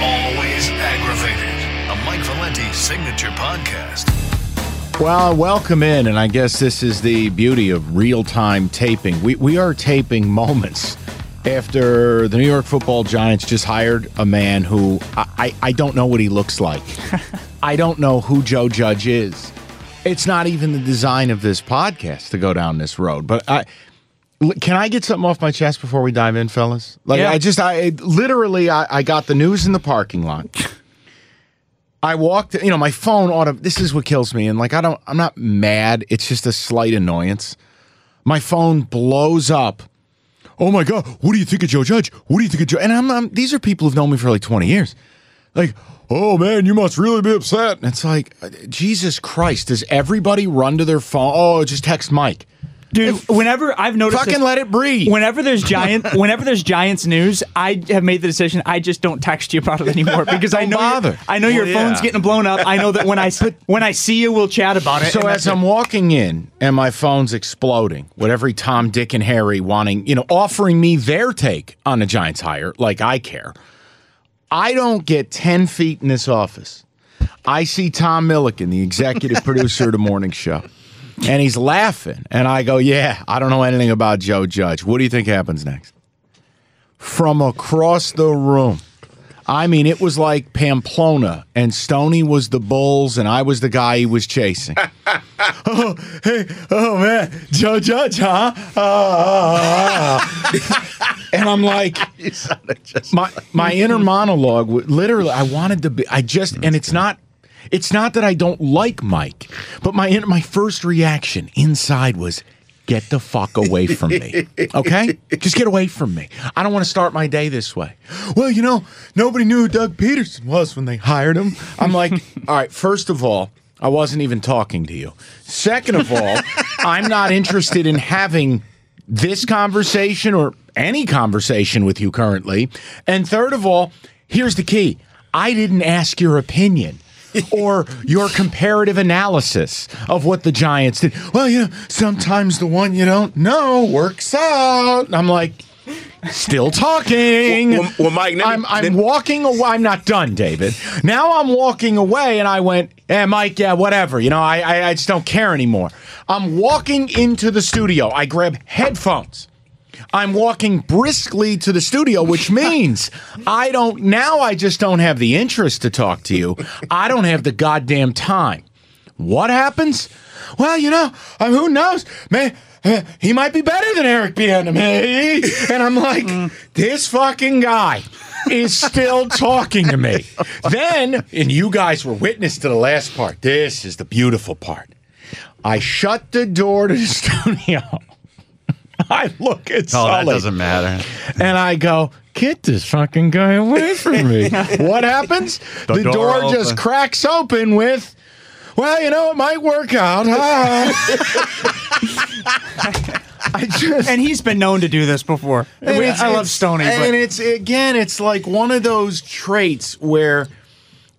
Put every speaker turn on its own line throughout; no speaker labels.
Always aggravated. A Mike Valenti signature podcast.
Well, welcome in, and I guess this is the beauty of real-time taping. We we are taping moments after the New York Football Giants just hired a man who I I, I don't know what he looks like. I don't know who Joe Judge is. It's not even the design of this podcast to go down this road, but I. l- Can I get something off my chest before we dive in, fellas? Like
Yeah.
I just, I literally, I, I got the news in the parking lot. I walked, you know, my phone auto. This is what kills me. And like, I don't, I'm not mad. It's just a slight annoyance. My phone blows up. Oh my God. What do you think of Joe Judge? What do you think of Joe? And I'm, I'm these are people who've known me for like 20 years. Like, oh man, you must really be upset. And it's like, uh, Jesus Christ, does everybody run to their phone? Oh, just text Mike.
Dude, whenever I've noticed,
Fucking
this-
let it breathe.
Whenever there's giant, whenever there's Giants news, I have made the decision. I just don't text you about it anymore because I
Don't
know, your-
bother.
I know your phone's getting blown up. I know that when I s- when I see you, we'll chat about it.
So
and
as
that's it.
I'm walking in and my phone's exploding with every Tom, Dick, and Harry wanting, you know, offering me their take on the Giants hire, like I care. I don't get 10 feet in this office. I see Tom Milliken, the executive producer of the morning show, and he's laughing. And I go, Yeah, I don't know anything about Joe Judge. What do you think happens next? From across the room. I mean, it was like Pamplona, and Stoney was the Bulls, and I was the guy he was chasing. oh, hey, oh man, Joe Judge, huh? Ah, ah, ah. and I'm like, my my inner monologue. wa- Literally, I wanted to be. I just, and it's not. It's not that I don't like Mike, but my inner- my first reaction inside was. Get the fuck away from me. Okay? Just get away from me. I don't want to start my day this way. Well, you know, nobody knew who Doug Peterson was when they hired him. I'm like, all right, first of all, I wasn't even talking to you. Second of all, I'm not interested in having this conversation or any conversation with you currently. And third of all, here's the key I didn't ask your opinion. or your comparative analysis of what the Giants did. Well, you know, sometimes the one you don't know works out. I'm like, still talking.
Well, well, well, Mike, let me-
I'm, I'm
let-
walking away. I'm not done, David. Now I'm walking away, and I went, eh, Mike, yeah, whatever. You know, I, I, I just don't care anymore. I'm walking into the studio. I grab headphones. I'm walking briskly to the studio, which means I don't, now I just don't have the interest to talk to you. I don't have the goddamn time. What happens? Well, you know, I mean, who knows? Man, eh, he might be better than Eric Bieniemy. And I'm like,
Mm.
this fucking guy is still talking to me. then, and you guys were witness to the last part. This is the beautiful part. I shut the door to the studio. I look at
Oh,
Sully
that doesn't matter.
and I go, get this fucking guy away from me. what happens? The,
door
door,
open.
just cracks open with, well, you know, it might work out. Hi. I just.
and he's been known to do this before.
and
We-
it's-
I love
it's-
Stoney,
And
but
it's again, it's like one of those traits where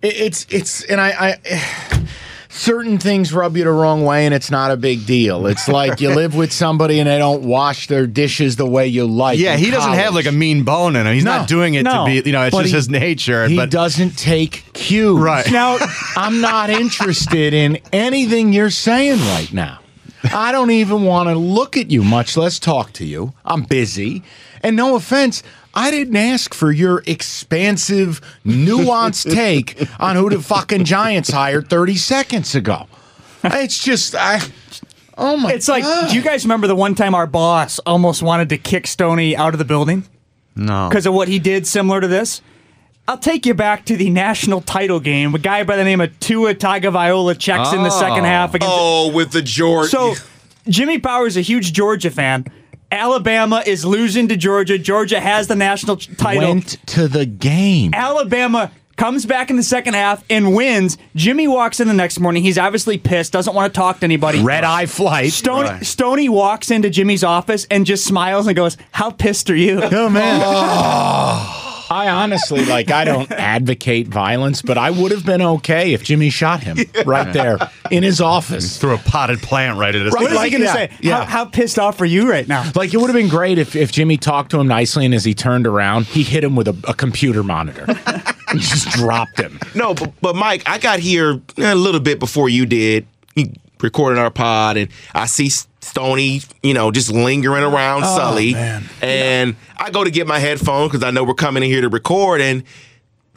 it- it's it's and I, I certain things rub you the wrong way and it's not a big deal. It's like you live with somebody and they don't wash their dishes the way you like.
Yeah,
in
he doesn't have
college.
like a mean bone in him. He's
No.
not doing it
No.
to be, you know, it's
But
just
he-
his nature.
He
but
doesn't take cues.
Right.
Now, I'm not interested in anything you're saying right now. I don't even want to look at you, much less talk to you. I'm busy. And no offense, I didn't ask for your expansive, nuanced take on who the fucking Giants hired 30 seconds ago. It's just, I. Oh my!
It's like,
God.
do you guys remember the one time our boss almost wanted to kick Stoney out of the building? No. Because of what he did similar to this? I'll take you back to the national title game. A guy by the name of Tua Tagovailoa checks in the second half against
Oh, with the George.
So Jimmy Power is a huge Georgia fan. Alabama is losing to Georgia. Georgia has the national ch- title.
went to the game?
Alabama comes back in the second half and wins. Jimmy walks in the next morning. He's obviously pissed, doesn't want to talk to anybody.
Red eye flight.
Stone, Stoney walks into Jimmy's office and just smiles and goes, How pissed are you?
Oh man. I honestly like I don't advocate violence, but I would have been okay if Jimmy shot him right there in his office.
Threw a potted plant right at his
Right.
What is he
Like,
going to
yeah,
say?
yeah.
How, how pissed off are you right now?
Like it would have been great if, if Jimmy talked to him nicely and as he turned around, he hit him with a, a computer monitor. and just dropped him.
No, but, but Mike, I got here a little bit before you did, recording our pod, and I see Stony, you know, just lingering around Sully. And I go to get my headphone because I know we're coming in here to record. And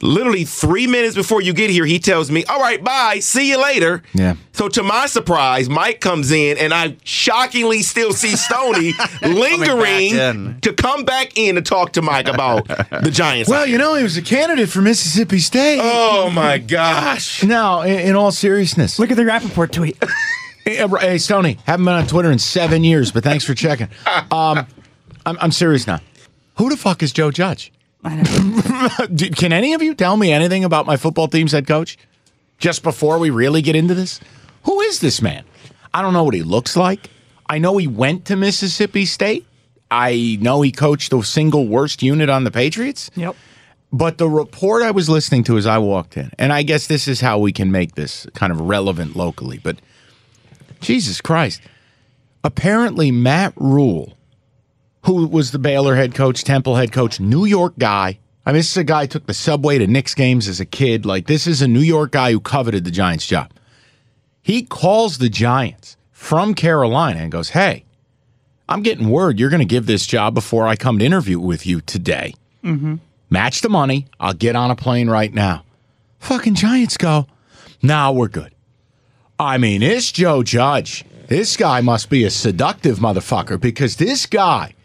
literally three minutes before you get here, he tells me, All right, bye, see you later.
Yeah.
So to my surprise, Mike comes in, and I shockingly still see Stony
in.
lingering to come back in and talk to Mike about the Giants.
Well, you know, he was a candidate for Mississippi State.
oh my gosh.
no, in, in all seriousness.
Look at the Rappaport tweet.
Hey, uh, hey, Stoney, haven't been on Twitter in seven years, but thanks for checking. Um, I'm, I'm serious now. Who the fuck is Joe Judge? Do- Can any of you tell me anything about my football team's head coach? Just before we really get into this, who is this man? I don't know what he looks like. I know he went to Mississippi State. I know he coached the single worst unit on the Patriots.
Yep.
But the report I was listening to as I walked in, and I guess this is how we can make this kind of relevant locally, but Jesus Christ. Apparently, Matt Rule, who was the Baylor head coach, Temple head coach, New York guy. I mean, this is a guy who took the subway to Knicks games as a kid. Like, this is a New York guy who coveted the Giants job. He calls the Giants from Carolina and goes, Hey, I'm getting word you're going to give this job before I come to interview with you today match the money. I'll get on a plane right now. Fucking Giants go, nah, we're good. I mean, this Joe Judge, this guy must be a seductive motherfucker because this guy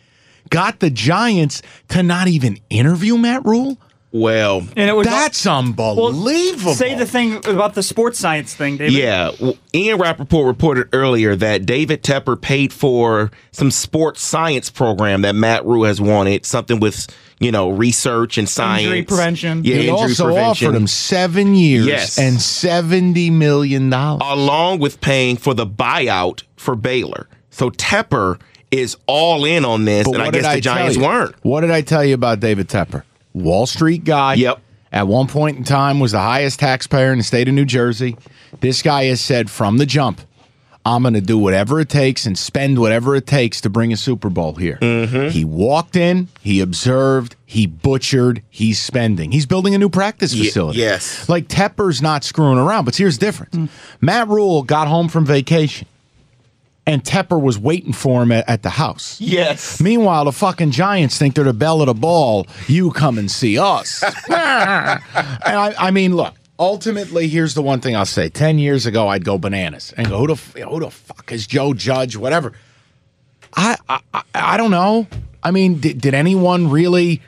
got the Giants to not even interview Matt Rule.
Well,
And it was
That's unbelievable.
Say the thing about the sports science thing, David.
Yeah, well, Ian Rappaport reported earlier that David Tepper paid for some sports science program that Matt Rue has wanted, something with you know research and science,
prevention.
Yeah,
They
injury
also
prevention,
offered him seven years
Yes.
and $70 million. dollars.
along with paying for the buyout for Baylor. So Tepper is all in on this, and I
what did
guess the
tell
Giants
you?
weren't.
What did I tell you about David Tepper? Wall Street guy.
Yep.
At one point in time, was the highest taxpayer in the state of New Jersey. This guy has said from the jump, "I'm going to do whatever it takes and spend whatever it takes to bring a Super Bowl here."
Mm-hmm.
He walked in, he observed, he butchered, he's spending. He's building a new practice facility.
yes. Mm.
Like Tepper's not screwing around, but here's the difference. Matt Rule got home from vacation, and Tepper was waiting for him at, at the house.
Yes,
Meanwhile, the fucking Giants think they're the bell of the ball. You come and see us. and I, I mean, look. Ultimately, here's the one thing I'll say. Ten years ago, I'd go bananas and go, "Who the f- who the fuck is Joe Judge? Whatever." I I, I- I don't know. I mean, did, did anyone really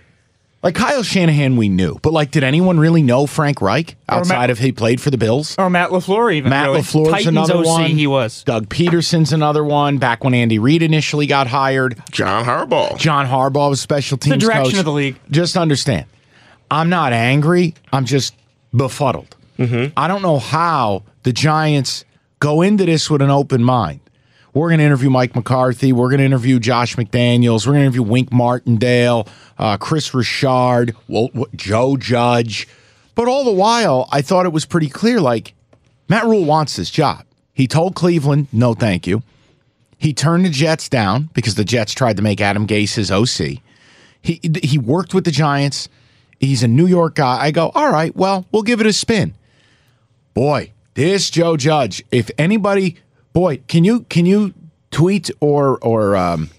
like Kyle Shanahan? We knew, but like, did anyone really know Frank Reich outside of he played for the Bills?
Or Matt LaFleur, even.
Matt
really.
LaFleur's
Titans
another
OC
one.
he was.
Doug Peterson's another one. Back when Andy Reid initially got hired,
John Harbaugh.
John Harbaugh was special teams
direction
coach.
of the league.
Just understand, I'm not angry. I'm just befuddled.
Mm-hmm.
I don't know how the Giants go into this with an open mind. We're going to interview Mike McCarthy. We're going to interview Josh McDaniels. We're going to interview Wink Martindale, uh, Chris Richard, Wo- Wo- Joe Judge. But all the while, I thought it was pretty clear like Matt Rule wants this job. He told Cleveland, no, thank you. He turned the Jets down because the Jets tried to make Adam Gase his OC. He he worked with the Giants. He's a New York guy. I go, all right, well, we'll give it a spin. Boy, this Joe Judge. If anybody, boy, can you can you tweet or or um,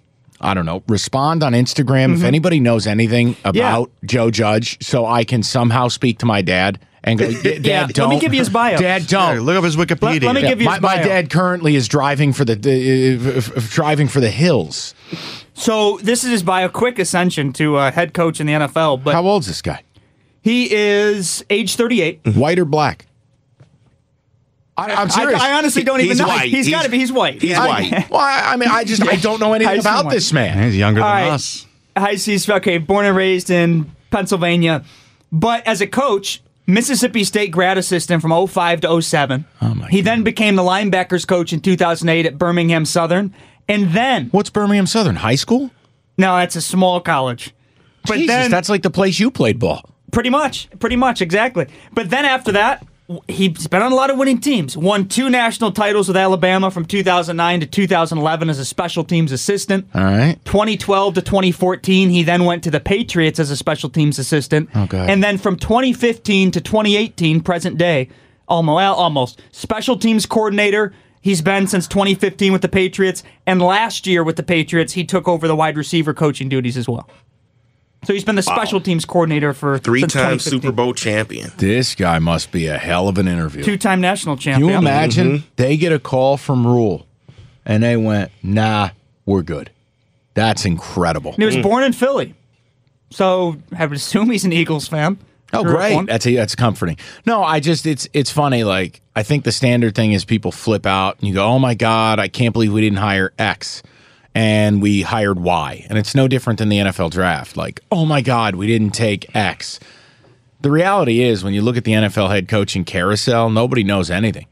I don't know, respond on Instagram
Mm-hmm.
if anybody knows anything about Joe Judge so I can somehow speak to my dad and go, Dad,
Yeah, let me
don't.
give you his bio."
Dad,
Hey,
don't.
look up his Wikipedia.
let me give you
my,
his
my
bio.
dad currently is driving for the, the uh, f- f- driving for the hills.
So this is by a quick ascension to uh, head coach in the NFL, but
How old's this guy?
he is age 38.
White or black? I, I'm
I,
serious.
I honestly don't
He's
even know.
white.
he's got to
He's-
be. He's white.
he's
Yeah.
white.
well, I, I mean, I just I don't know anything
I see
about
one.
this man.
He's younger than
All right.
us.
I see. he's- Okay, born and raised in Pennsylvania, but as a coach, Mississippi State grad assistant from 05 to 07. Oh
my
he then became the linebackers coach in 2008 at Birmingham Southern, and then
What's Birmingham Southern High School?
no, that's a small college. But
Jesus,
then,
that's like the place you played ball.
pretty much, pretty much, exactly. But then after that, w- he's been on a lot of winning teams. Won two national titles with Alabama from 2009 to 2011 as a special teams assistant.
All right.
2012 to 2014, he then went to the Patriots as a special teams assistant.
Okay.
And then from 2015 to 2018, present day, almost, almost special teams coordinator. He's been since 2015 with the Patriots, and last year with the Patriots, he took over the wide receiver coaching duties as well. So he's been the special teams coordinator for since
Three-time
2015.
Super Bowl champion.
This guy must be a hell of an interview.
two-time national
Can
champion.
you imagine they get a call from Rule and they went, nah, we're good. That's incredible.
And he was
Mm.
born in Philly, so I would assume he's an Eagles fan.
Oh,
Grew up
great!
one.
That's that's comforting. No, I just it's it's funny. Like I think the standard thing is people flip out and you go, "Oh my god, I can't believe we didn't hire X, and we hired Y." And it's no different than the NFL draft. Like, "Oh my god, we didn't take X." The reality is, when you look at the NFL head coaching carousel, nobody knows anything.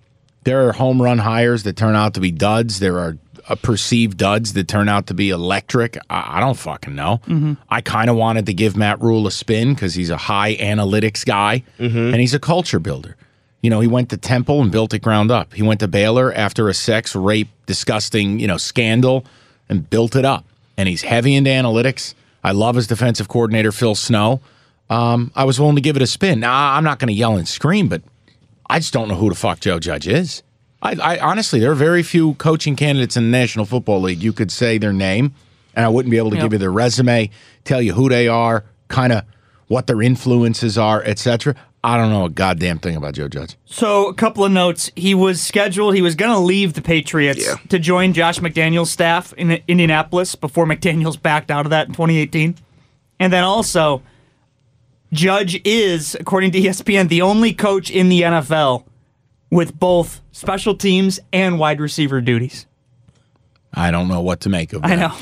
There are home run hires that turn out to be duds. There are uh, perceived duds that turn out to be electric. I, I don't fucking know. I kind of wanted to give Matt Rule a spin because he's a high analytics guy and he's a culture builder. You know, he went to Temple and built it ground up. He went to Baylor after a sex, rape, disgusting, you know, scandal and built it up. And he's heavy into analytics. I love his defensive coordinator, Phil Snow. Um, I was willing to give it a spin. Now, I'm not going to yell and scream, but I just don't know who the fuck Joe Judge is. I, I honestly, there are very few coaching candidates in the National Football League. You could say their name, and I wouldn't be able to give you their resume, tell you who they are, kind of what their influences are, etc. I don't know a goddamn thing about Joe Judge.
So, a couple of notes. He was scheduled, he was going to leave the Patriots
Yeah.
to join Josh McDaniels' staff in Indianapolis before McDaniels backed out of that in 2018. And then also, Judge is, according to E ESPN, the only coach in the NFL with both special teams and wide receiver duties.
I don't know what to make of. That.
I know.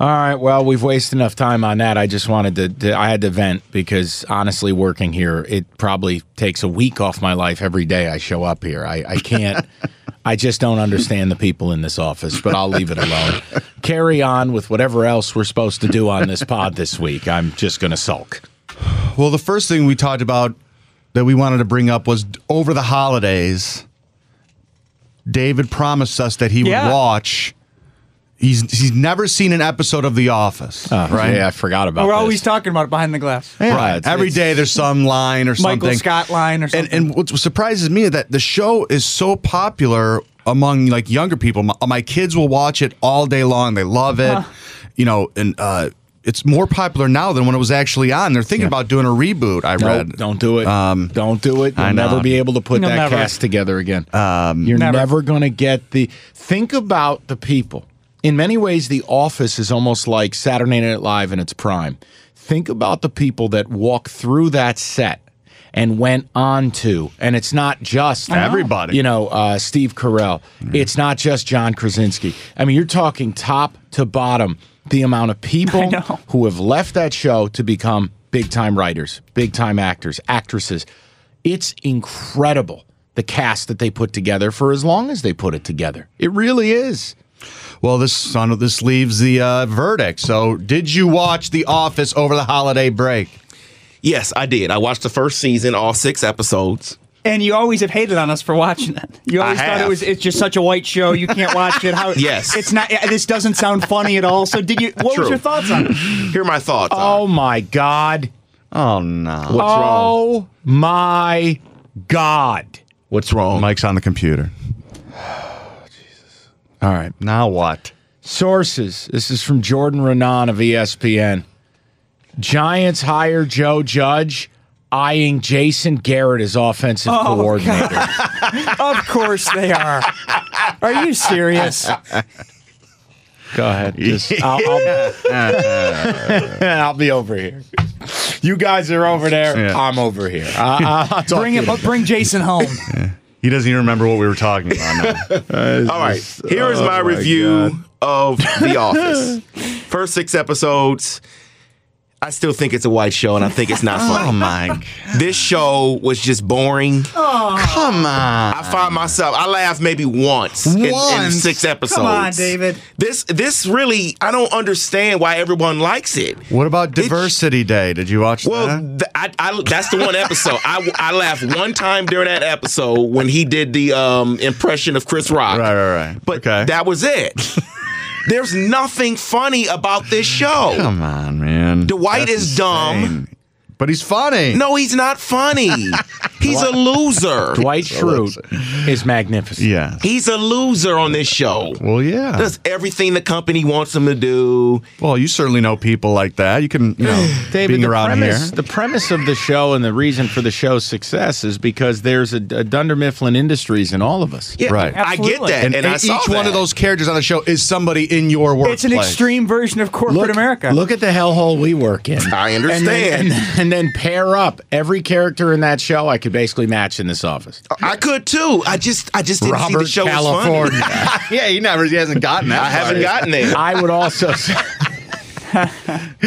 All right. Well, we've wasted enough time on that. I just wanted to, to- I had to vent because honestly, working here, it probably takes a week off my life every day I show up here. I, I can't, I just don't understand the people in this office, but I'll leave it alone. Carry on with whatever else we're supposed to do on this pod this week. I'm just going to sulk.
Well, the first thing we talked about that we wanted to bring up was over the holidays. David promised us that he
Yeah.
would watch. He's he's never seen an episode of The Office, right?
Oh, Uh, Yeah, I forgot about
We're
this.
always talking about it behind the glass.
Yeah,
Right, it's-
Every
it's-
day there's some line or something.
Michael Scott line or something.
And, and what surprises me is that the show is so popular among like younger people. My, my kids will watch it all day long. They love it.
Uh-huh.
You know, and uh, it's more popular now than when it was actually on. They're thinking about doing a reboot. I
Nope,
read.
don't do it.
Um,
don't do it. You'll
I know. Um,
never be able to put
No,
that
never.
cast together again. You're never,
Never.
going to get the. Think about the people. In many ways, The Office is almost like Saturday Night Live in its prime. Think about the people that walk through that set and went on to, and it's not just
Everybody.
You know, uh, Steve Carell.
Mm.
It's not just John Krasinski. I mean, you're talking top to bottom. The amount of people
know.
who have left that show to become big time writers, big time actors, actresses. It's incredible the cast that they put together for as long as they put it together. It really is.
Well, this son of this leaves the uh, verdict. So, did you watch The Office over the holiday break?
Yes, I did. I watched the first season, all six episodes.
And you always have hated on us for watching it. You
I
always thought it
have.
was it's just such a white show. You can't watch it. How
Yes.
it's not. yeah, This doesn't sound funny at all. So did you? What
True.
was your thoughts on it?
Here are my thoughts.
Oh my God.
Oh no!
Uh, what's
Oh
wrong?
my God.
Oh. What's wrong?
Oh, Mike's on the computer.
All right.
Now what?
Sources. This is from Jordan Renan of E ESPN. Giants hire Joe Judge, eyeing Jason Garrett as offensive coordinator.
Oh, Of course they are. Are you serious?
Go ahead. Just,
uh,
I'll, I'll- I'll be over here. You guys are over there.
Yeah.
I'm over here. I, I'll talk
Bring
to
it,
you.
but bring Jason home.
He doesn't even remember what we were talking about. now.
All right. Here
Oh
oh
is my, review of The Office. First six episodes. I still think it's a white show, and I think it's not funny.
Oh my! Oh
This show was just boring.
Come on.
I find myself. I laugh maybe once, in- In,
Once?
six episodes.
Come on, David.
This this really. I don't understand why everyone likes it.
what about Diversity Day? Did you watch
Well,
that?
th- I, I, that's the one episode. I, I laughed one time during that episode when he did the um, impression of Chris Rock.
Right, right, right.
But
okay.
that was it. There's nothing funny about this show.
Come on, man.
Dwight is dumb.
Insane. But he's funny.
No, he's not funny. He's a loser.
Dwight Schrute is magnificent.
Yeah.
He's a loser on this show.
Well, yeah.
Does everything the company wants him to do.
well, you certainly know people like that. You can, you know,
David,
being
the
around
premise,
here.
the premise of the show and the reason for the show's success is because there's a, a Dunder Mifflin Industries in all of us.
Yeah,
Right.
I get
Absolutely.
that. And,
And, e-,
I
each
saw
one
that.
of those characters on the show is somebody in your workplace.
It's an extreme version of corporate America.
Look at the hellhole we work in.
I
And then,
understand.
and, then- and then pair up every character in that show. I could basically match in this office.
I could too. I just I just didn't see the
Robert
show was funny.
California.
Yeah, he never he hasn't gotten that.
I haven't gotten there.
I would also. Say,
What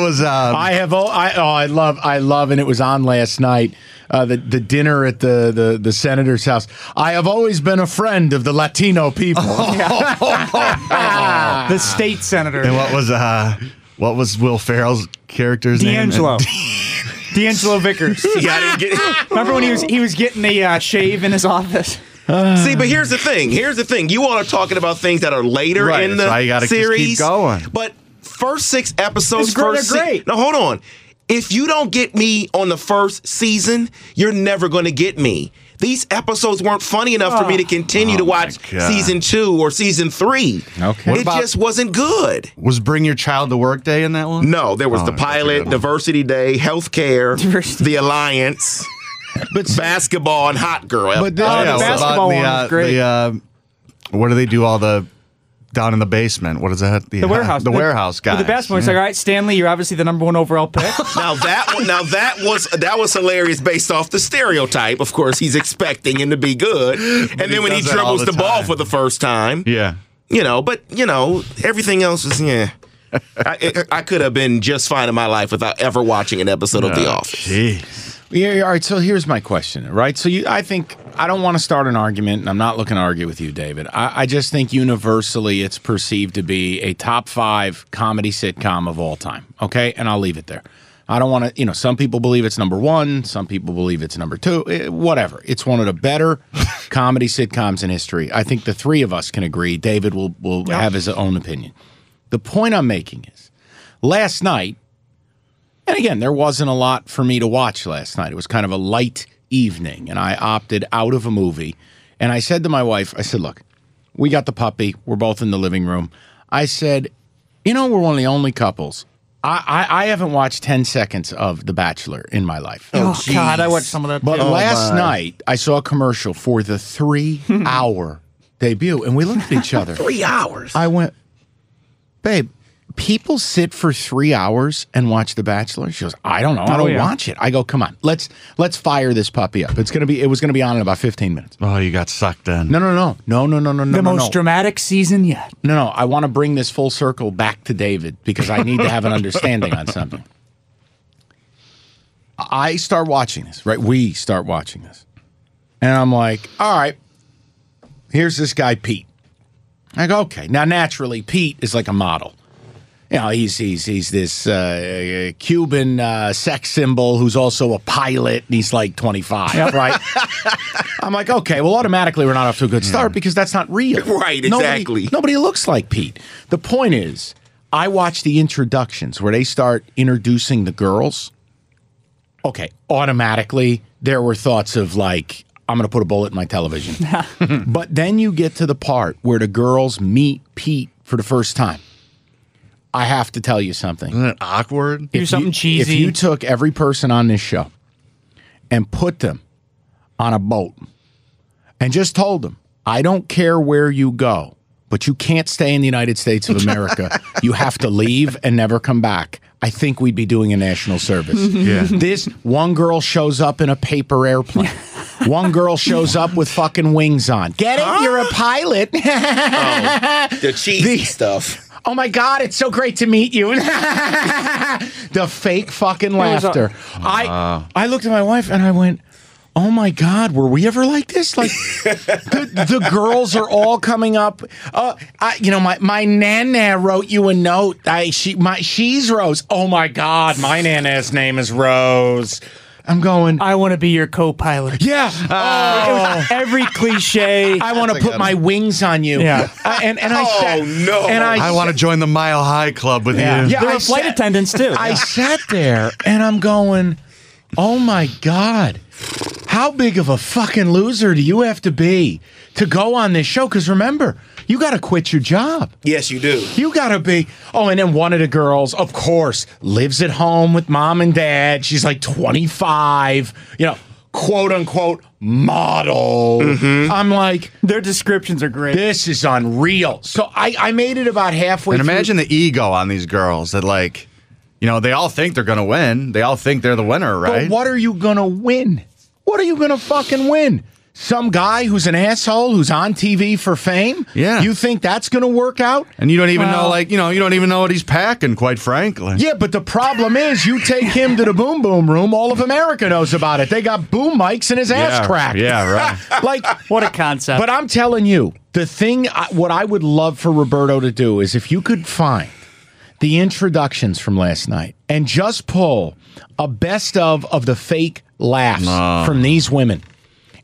was uh,
I have. al- I, oh, I love. I love, and it was on last night. Uh, the the dinner at the, the the senator's house. I have always been a friend of the Latino people.
Ah, the state senator.
Ah. And what was uh what was Will Ferrell's character's
D'Angelo.
name?
D'Angelo Vickers.
Yeah, I didn't get it.
Remember when he was he was getting the uh, shave in his office?
See, but here's the thing. Here's the thing. You all are talking about things that are later
Right,
in
that's
the
why you gotta just keep
series.
going.
But first six episodes,
It's great,
first
they're great.
no, hold on. If you don't get me on the first season, you're never going to get me. These episodes weren't funny enough for me to continue to watch
Oh. God.
season two or season three.
Okay.
it just wasn't good.
Was Bring Your Child to Work Day in that one?
No, there was the pilot, Diversity Day, Healthcare,
Diversity-
the Alliance, basketball, and Hot Girl.
But this-
Uh,
the
what Oh, about
basketball one
the,
was
uh,
great.
The, uh, what do they do all the down in the basement? What is that?
The warehouse.
The, warehouse guy.
The best one. It's like, all right, Stanley, you're obviously the number one overall pick.
Now that one, now that was that was hilarious based off the stereotype. Of course, he's expecting him to be good, and
he
then when he
does that all
dribbles the,
the
ball
time.
for the first time,
Yeah.
you know. But you know, everything else is yeah. I, I I could have been just fine in my life without ever watching an episode of The Office.
Jeez.
Yeah, yeah, all right. So here's my question, right? So you, I think I don't want to start an argument, and I'm not looking to argue with you, David. I, I just think universally it's perceived to be a top five comedy sitcom of all time. Okay, and I'll leave it there. I don't want to, you know, some people believe it's number one, some people believe it's number two, eh, whatever. It's one of the better comedy sitcoms in history. I think the three of us can agree. David will will have his own opinion. The point I'm making is, last night and again, there wasn't a lot for me to watch last night. It was kind of a light evening, and I opted out of a movie. And I said to my wife, I said, Look, we got the puppy. We're both in the living room. I said, You know, we're one of the only couples. I, I, I haven't watched 10 seconds of The Bachelor in my life.
oh God, I watched some of that.
But
too.
last night, I saw a commercial for the three hour debut, and we looked at each other.
Three hours.
I went, babe, people sit for three hours and watch The Bachelor. She goes, I don't know. I
Oh,
don't
yeah.
watch it. I go, come on, let's let's fire this puppy up. It's gonna be it was gonna be on in about fifteen minutes.
Oh, you got sucked in.
No, no, no, no, no, no, no, no.
the
no,
most
no.
dramatic season yet.
No, no, I want to bring this full circle back to David because I need to have an understanding on something. I start watching this, right? We start watching this. And I'm like, all right, here's this guy, Pete. I go, okay. Now, naturally, Pete is like a model. You know, he's he's he's this uh, Cuban uh, sex symbol who's also a pilot, and he's like 25, right? I'm like, okay, well, automatically we're not off to a good start because that's not real,
Right,
Nobody-
exactly.
Nobody looks like Pete. The point is, I watch the introductions where they start introducing the girls. Okay, automatically there were thoughts of like, I'm going to put a bullet in my television. but then you get to the part where the girls meet Pete for the first time, I have to tell you something.
Isn't it awkward?
Do Mm. something
you,
cheesy.
If you took every person on this show and put them on a boat and just told them, I don't care where you go, but you can't stay in the United States of America. you have to leave and never come back. I think we'd be doing a national service.
Yeah.
This one girl shows up in a paper airplane. One girl shows up with fucking wings on. Get it? You're a pilot.
The cheese
The-
stuff.
Oh my God, it's so great to meet you. the fake fucking
was a-
laughter. I I looked at my wife and I went, Oh my God, were we ever like this? Like the, the girls are all coming up. Uh, I, you know, my, my nana wrote you a note. I she my she's Rose. Oh my God, my nana's name is Rose. I'm going.
I want to be your co-pilot.
yeah.
Uh,
oh.
Every cliche.
I want to put my wings on you.
Yeah.
I- and and I sat,
Oh, no.
And I,
I want to join the Mile High Club with
Yeah.
you.
Yeah.
There
I
are flight
sat-
attendants too.
I sat there and I'm going, oh my God, how big of a fucking loser do you have to be to go on this show? Because remember, you got to quit your job.
Yes, you do.
You gotta be. Oh, and then one of the girls, of course, lives at home with mom and dad. She's like 25, you know, quote unquote model.
Mm-hmm.
I'm like,
Their descriptions are great.
this is unreal. So I, I made it about halfway.
And
through-
imagine the ego on these girls that like, you know, they all think they're gonna win. They all think they're the winner,
But
right?
what are you gonna win? What are you gonna fucking win? Some guy who's an asshole who's on TV for fame?
Yeah.
You think that's gonna work out?
And you don't even know,
Well-
like, you know, you don't even know what he's packing, quite frankly.
Yeah, but the problem is you take him to the boom boom room, all of America knows about it. They got boom mics in his ass
Yeah,
crack.
Yeah, right.
Like
What a concept.
But I'm telling you, the thing, I, what I would love for Roberto to do is if you could find the introductions from last night and just pull a best of of the fake laughs from these women,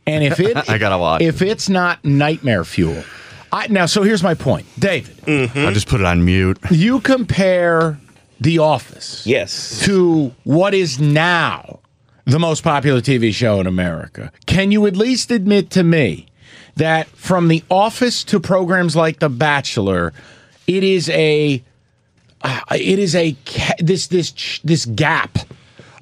and if it,
I gotta watch
if it's not nightmare fuel. I, now, so here's my point, David.
I'll just put it on mute.
You compare The Office
Yes.
to what is now the most popular TV show in America. Can you at least admit to me that from The Office to programs like The Bachelor, it is a uh, it is a ca- this this ch- this gap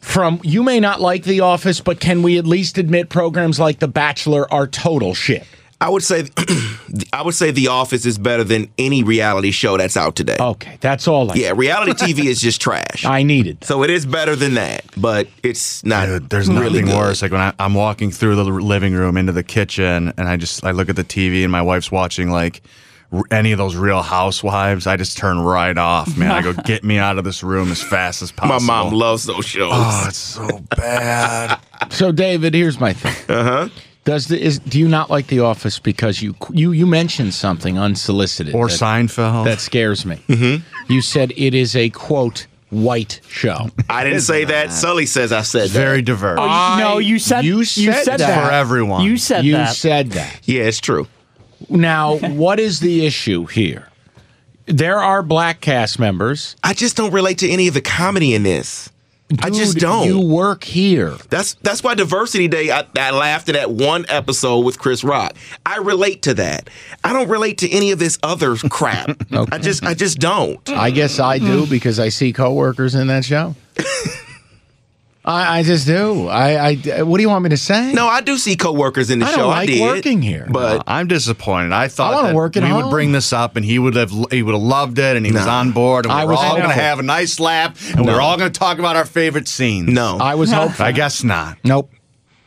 from you may not like The Office, but can we at least admit programs like The Bachelor are total shit?
I would say I would say The Office is better than any reality show that's out today.
Oh.
Okay, that's all. I
Yeah, reality TV is just trash.
I needed. that.
So it is better than that, but it's not.
Dude, there's
really
nothing
good.
worse. Like when I, I'm walking through the living room into the kitchen, and I just I look at the TV, and my wife's watching like r- any of those Real Housewives. I just turn right off, man. I go, get me out of this room as fast as
My
possible.
mom loves those shows.
Oh, it's so bad.
So, David, here's my thing. Uh huh.
Uh-huh.
Does the is do you not like The Office because you you you mentioned something unsolicited
or
that,
Seinfeld.
that scares me?
Mm-hmm.
You said it is a quote white show.
I didn't say that. Sully says I said
very
that.
diverse.
Oh, you- no, you said
you said that.
for everyone.
You said
you
that.
said that.
Yeah, it's true.
Now, what is the issue here? There are black cast members.
I just don't relate to any of the comedy in this. I just
Dude,
don't.
You work here.
That's that's why Diversity Day. I, I laughed at that one episode with Chris Rock. I relate to that. I don't relate to any of this other crap. I just I just don't.
I guess I do because I see coworkers in that show. I, I just do. I, I what do you want me to say?
No, I do see coworkers in the
I don't
show. I
like
did
working here.
but
I'm disappointed. I thought
I wanna
that
work at
we
home.
would bring this up, and he would have he would have loved it, and he was
No.
on board, and we
I
were
was
all going to
hopeful.
have a nice laugh, and we
No.
were all going to talk about our favorite scenes.
no,
I was hopeful.
I guess not.
Nope.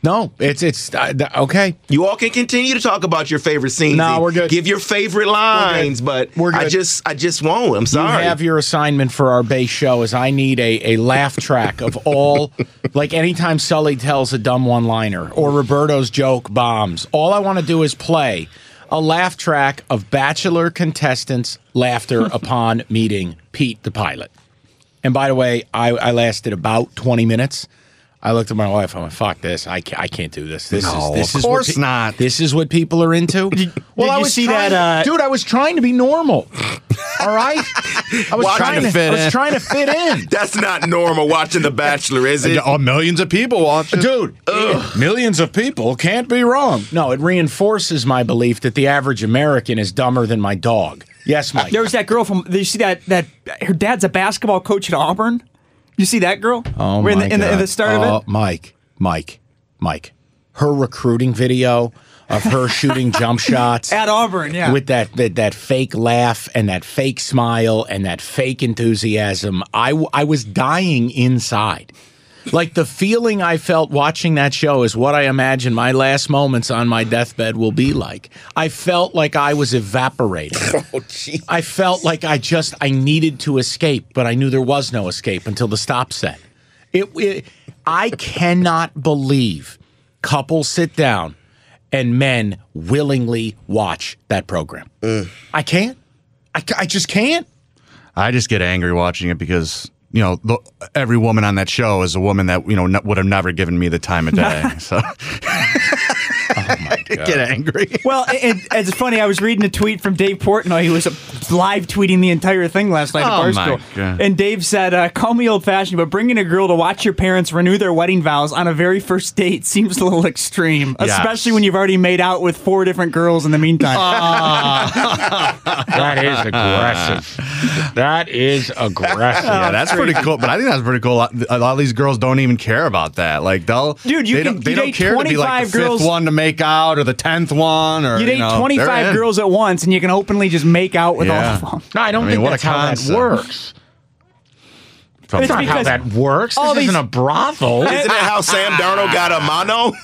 No, it's it's uh, th- okay.
you all can continue to talk about your favorite scenes.
No,
and
we're good.
Give your favorite lines, but
We're
I
good.
just I just won't. I'm
You
sorry.
have your assignment for our base show is I need a, a laugh track of all like anytime Sully tells a dumb one liner or Roberto's joke bombs. All I want to do is play a laugh track of bachelor contestants laughter upon meeting Pete the pilot. And by the way, I, I lasted about 20 minutes. I looked at my wife. I'm like, "Fuck this! I can't, I can't do this. This is
No,
this
of
is what
course not.
This is what people are into."
did
I
you
was
see
trying-
that, uh,
dude? I was trying to be normal. All right, I was
Watching
trying
to
to
fit
I was
in.
trying to fit in,
That's not normal watching The Bachelor, is it?
Oh, uh, millions of people watch it.
dude. It Millions of people can't be wrong. No, it reinforces my belief that the average American is dumber than my dog. Yes, Mike.
There was that girl from. Did you see that? That her dad's a basketball coach at Auburn. You see that girl?
Oh
We're in
my
the, in the, in
God.
the start
Oh,
of it.
Mike, Mike, Mike. Her recruiting video of her shooting jump shots
At Auburn, yeah.
with that, that that fake laugh and that fake smile and that fake enthusiasm. I w- I was dying inside. Like the feeling I felt watching that show is what I imagine my last moments on my deathbed will be like. I felt like I was evaporating.
Oh,
I felt like I just I needed to escape, but I knew there was no escape until the stop set. It, it I cannot believe couples sit down and men willingly watch that program. I can't. I, ca- I just can't.
I just get angry watching it because you know the, every woman on that show is a woman that you know n- would have never given me the time of day. so
Oh
I get angry.
Well, and, and it's funny. I was reading a tweet from Dave Portnoy. He was live tweeting the entire thing last night
Oh,
at
my
Barstool.
God.
And Dave said, uh, "Call me old fashioned, but bringing a girl to watch your parents renew their wedding vows on a very first date seems a little extreme,
Yes.
especially when you've already made out with four different girls in the meantime."
That is aggressive. that is aggressive.
Yeah, that's pretty cool. But I think that's pretty cool. A lot, a lot of these girls don't even care about that. Like they'll,
Dude, you
they
can-
don't, they
you
don't
date
care to be like
25
the
girls-
fifth one to make out or the tenth one
you
or Oh, you
date
know, they're
25
in.
girls at once, and you can openly just make out with
Yeah.
all of them.
No, I don't
I mean,
think
what
that's
a
how that
concept.
works.
From-
That's
It's
not how
because
that works. This
all these-
isn't a brothel.
Isn't that how Sam Darnold got a mono?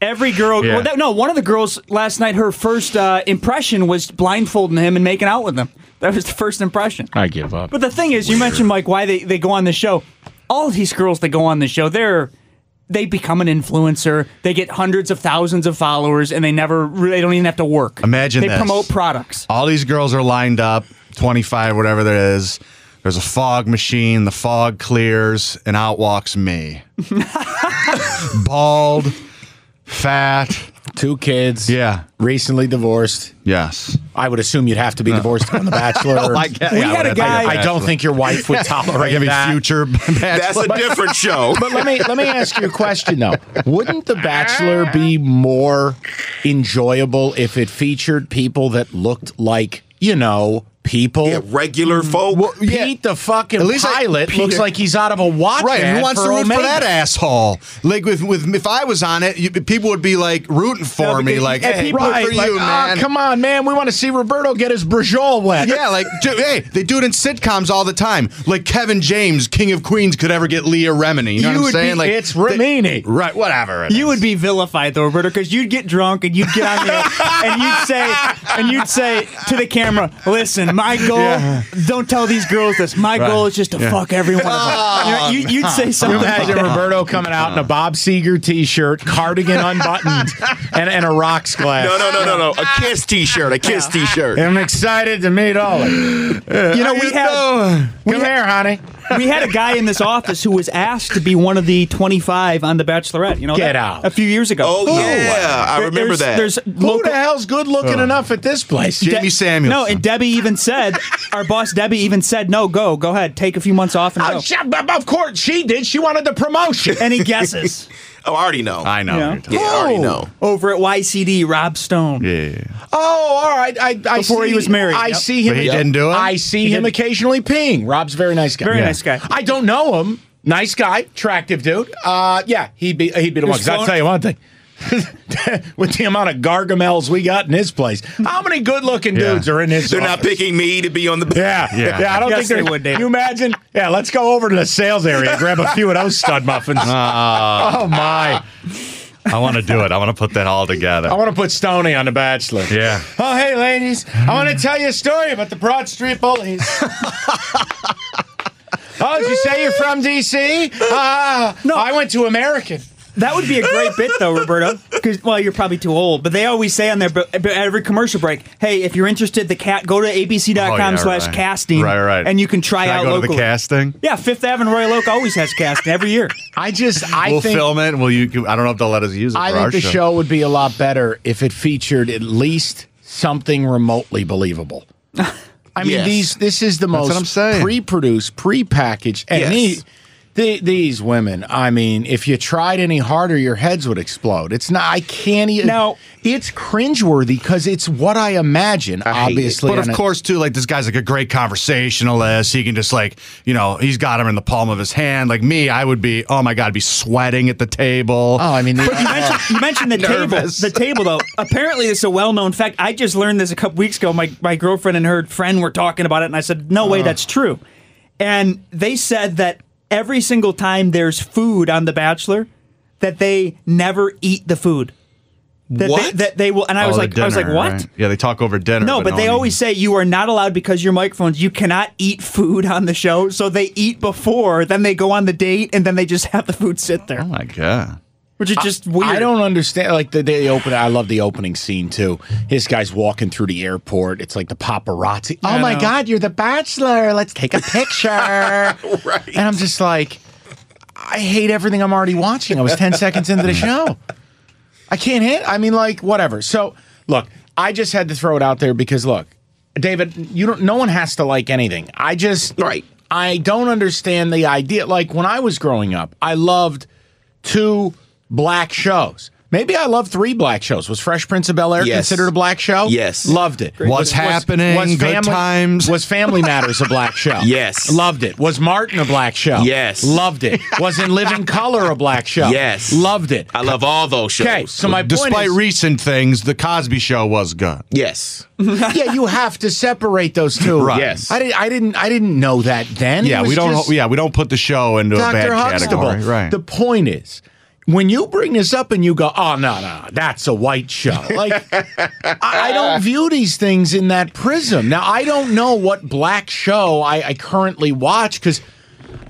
Every girl,
Yeah.
well, that, no, one of the girls last night, her first uh, impression was blindfolding him and making out with him. That was the first impression.
I give up.
But the thing is, you mentioned Mike why they, they go on the show. All of these girls that go on the show, they're they become an influencer. They get hundreds of thousands of followers, and they never really they don't even have to work.
Imagine
they
this.
promote products.
All these girls are lined up, 25, whatever there is. There's a fog machine. The fog clears, and out walks me. Bald, fat.
Two kids.
Yeah.
Recently divorced.
Yes.
I would assume you'd have to be divorced to win The Bachelor.
guess.
We had a guy-
I don't think your wife would tolerate
Give me
that.
future.
That's a different show.
But let me let me ask you a question though. Wouldn't The Bachelor be more enjoyable if it featured people that looked like you know people?
Yeah, regular
Mm,
folk.
Pete the fucking
At least I-
pilot
Peter-
looks like he's out of a watch.
Right,
ad
who wants to root
Omega.
for that asshole? Like, with, with if I was on it, you, people would be like rooting for me, like,
And
hey,
people-
good for
like,
you,
"Ah,
man.
come on, man. We want to see Roberto get his brajol wet.
Yeah, like, dude, hey, they do it in sitcoms all the time. Like Kevin James, King of Queens, could ever get Leah Remini. You
You
know what I'm
would
saying?
be-
like,
it's
they-
Remini.
right? Whatever. it
You
is.
would be vilified though, Roberto, because you'd get drunk and you'd get on there and you'd say and you'd say to the camera, "Listen, my goal.
Yeah.
Don't tell these girls this. My goal is just to fuck every one of them." you, would say
Can
something.
you
like
imagine
that.
Roberto coming out in a Bob Seger t-shirt, cardigan unbuttoned, and, and a rocks glass.
No, no, no, no, no. A
Ah.
kiss T-shirt. A kiss T-shirt.
I'm excited to meet all of you.
Uh,
You know, we had
Come here, honey.
we had a guy in this office who was asked to be one of the 25 on The Bachelorette. You know,
Get
that-
out.
A few years ago.
Oh, yeah. I
There-
remember
there's-
that.
There's
Who
local,
the hell's good looking enough at this place?
Jamie Samuels.
no, and Debbie even said, our boss Debbie even said, no, go, go ahead, take a few months off and
Oh,
go.
she- of course she did. She wanted the promotion.
Any guesses?
Oh, I already know.
I know.
Yeah.
what you're talking-
yeah, I already know.
Over at YCD, Rob Stone.
Yeah.
oh, all right. I, I
Before he
see-
was married,
I
yep.
see him.
But he didn't do it?
I see him occasionally peeing. Rob's a very nice guy.
Very Yeah. nice guy.
I don't know him. Nice guy, attractive dude. Uh, yeah, he'd be he'd be the one. 'Cause I'll
flown-
tell you one thing. With the amount of gargamels we got in his place, how many good-looking
Yeah.
dudes are in his?
They're not
office?
picking me to be on the.
Yeah, yeah.
Yeah.
I don't
Yes,
think they're-
they would, Dave.
You imagine? Yeah, let's go over to the sales area and grab a few of those stud muffins. oh my!
I want to do it. I want to put that all
I
together.
want to put Stoney on the Bachelor.
Yeah.
Oh hey, ladies, I want to tell you a story about the Broad Street Bullies. oh, did you say you're from D.C.? Ah, no, I went to American.
That would be a great bit, though, Roberto. Because well, you're probably too old. But they always say on their but but every commercial break, "Hey, if you're interested, the cat go to abc.com
Oh, yeah,
slash
right.
casting,
Right, right.
and you can try
Can
out
I go
locally."
to the casting?
Yeah, Fifth Avenue Royal Oak always has casting every year.
I just, I
we'll
think.
film it. Will you? I don't know if they'll let us use it.
I
for our
think the show would be a lot better if it featured at least something remotely believable. I mean,
Yes.
these this is the
what I'm
most
saying.
pre-produced, pre-packaged, and
Yes.
he- The, these women, I mean, if you tried any harder, your heads would explode. It's not. I can't even.
Now-
it's cringeworthy because it's what I imagine.
I hate it.
obviously,
But
on
of
a-
course, too, like this guy's like a great conversationalist. He can just like, you know, he's got him in the palm of his hand. Like me, I would be, oh my god, be sweating at the table.
Oh, I mean, the-
But you mentioned, you mentioned the table.
Nervous.
The table, though. Apparently, it's a well-known fact. I just learned this a couple weeks ago. My my girlfriend and her friend were talking about it, and I said, "No
Uh.
way, that's true." And they said that every single time there's food on The Bachelor, that they never eat the food. That
What?
They, that they will. And I was
Oh,
like,
the
I was like,
dinner,
what?
right? Yeah, they talk over dinner.
No, but they
one
always
eats.
say you are not allowed because your microphones. You cannot eat food on the show, so they eat before, then they go on the date, and then they just have the food sit there,
Oh my god.
which is just weird.
I don't understand. Like the, the open, I love the opening scene too. His guy's walking through the airport. It's like the paparazzi. Oh my God, you're the bachelor. Let's take a picture. right. And I'm just like, I hate everything I'm already watching. I was 10 seconds into the show. I can't hit. I mean, like, whatever. So, look, I just had to throw it out there because, look, David, you don't. No one has to like anything. I just,
Right.
I don't understand the idea. Like when I was growing up, I loved two black shows. Maybe I loved three black shows. Was Fresh Prince of Bel Air
Yes.
considered a black show?
Yes.
loved it.
What's Happening, Good Times.
Was Family Matters a black show?
Yes.
loved it. Was Martin a black show?
Yes.
loved it. Was In Living Color a black show?
Yes.
loved it.
I love all those shows.
Okay, so my point
Despite
is,
recent things, the Cosby Show was good.
Yes.
yeah, you have to separate those two.
Right.
Yes.
I, did, I didn't. I didn't know that then. It
yeah, we
was
don't.
just
yeah, we don't put the show into a bad
Dr. Huxtable.
category. Right.
The point is, when you bring this up and you go, "Oh no, no, no that's a white show," like I, I don't view these things in that prism. Now, I don't know what black show I, I currently watch because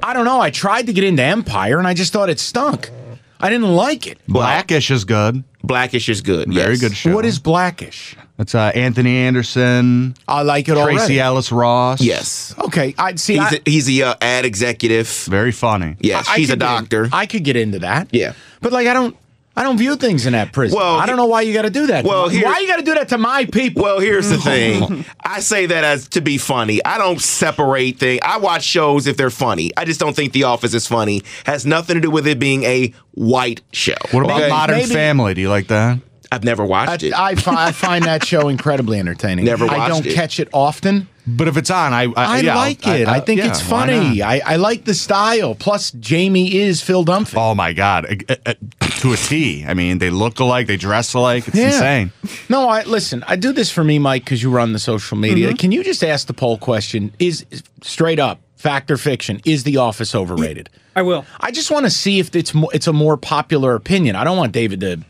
I don't know. I tried to get into Empire and I just thought it stunk. I didn't like it.
Blackish is good.
Blackish is good.
Very
yes.
good show.
What is blackish?
It's uh, Anthony Anderson,
I like it already.
Tracy Ellis Ross.
Yes.
Okay, I see.
He's
I-
a, he's the uh, ad executive.
Very funny.
Yes,
I
she's a
could get in-
doctor.
I could get into that.
Yeah.
but like I don't, I don't view things in that prism.
Well,
I don't
he-
know why you got to do that. to
Well,
my-
here-
why you got to do that to my people?
Well, here's the thing. I say that as to be funny. I don't separate things. I watch shows if they're funny. I just don't think The Office is funny. Has nothing to do with it being a white show.
What about
Okay?
Modern
maybe-
Family? Do you like that?
I've never
I,
watched it.
I, fi- I find that show incredibly entertaining.
Never
I
watched
don't
it. Uh,
catch it often.
But if it's on, I I,
I
yeah, I'll-
like it. I, think
yeah,
it's
why not?
funny. I, I like the style. Plus, Jamie is Phil Dunphy.
Oh my god, Uh, uh, uh, to a T. I mean, they look alike, they dress alike. It's insane.
No, I listen. I do this for me, Mike, because you run the social media.
Mm-hmm.
Can you just ask the poll question? Is straight up fact or fiction? Is The Office overrated?
I will.
I just want to see if it's mo- it's a more popular opinion. I don't want David to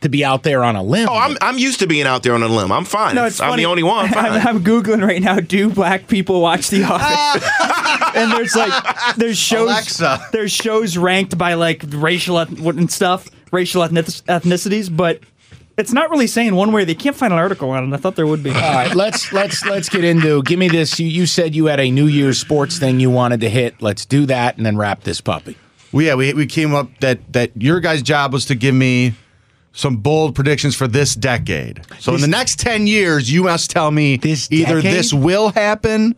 to be out there on a limb.
Oh, I'm I'm used to being out there on a limb. I'm fine.
No, it's
I'm
funny.
the only one. Fine.
I'm, I'm googling right now. Do black people watch The Office? and there's like there's shows
Alexa.
there's shows ranked by like racial eth- and stuff, racial ethnic- ethnicities, but it's not really saying one way. They can't find an article on it. I thought there would be.
All right, let's let's let's get into. Give me this. You you said you had a New Year's sports thing you wanted to hit. Let's do that and then wrap this puppy.
Well, yeah, we we came up that that your guys' job was to give me some bold predictions for this decade. So in the next ten years, you must tell me
This
either
decade?
this will happen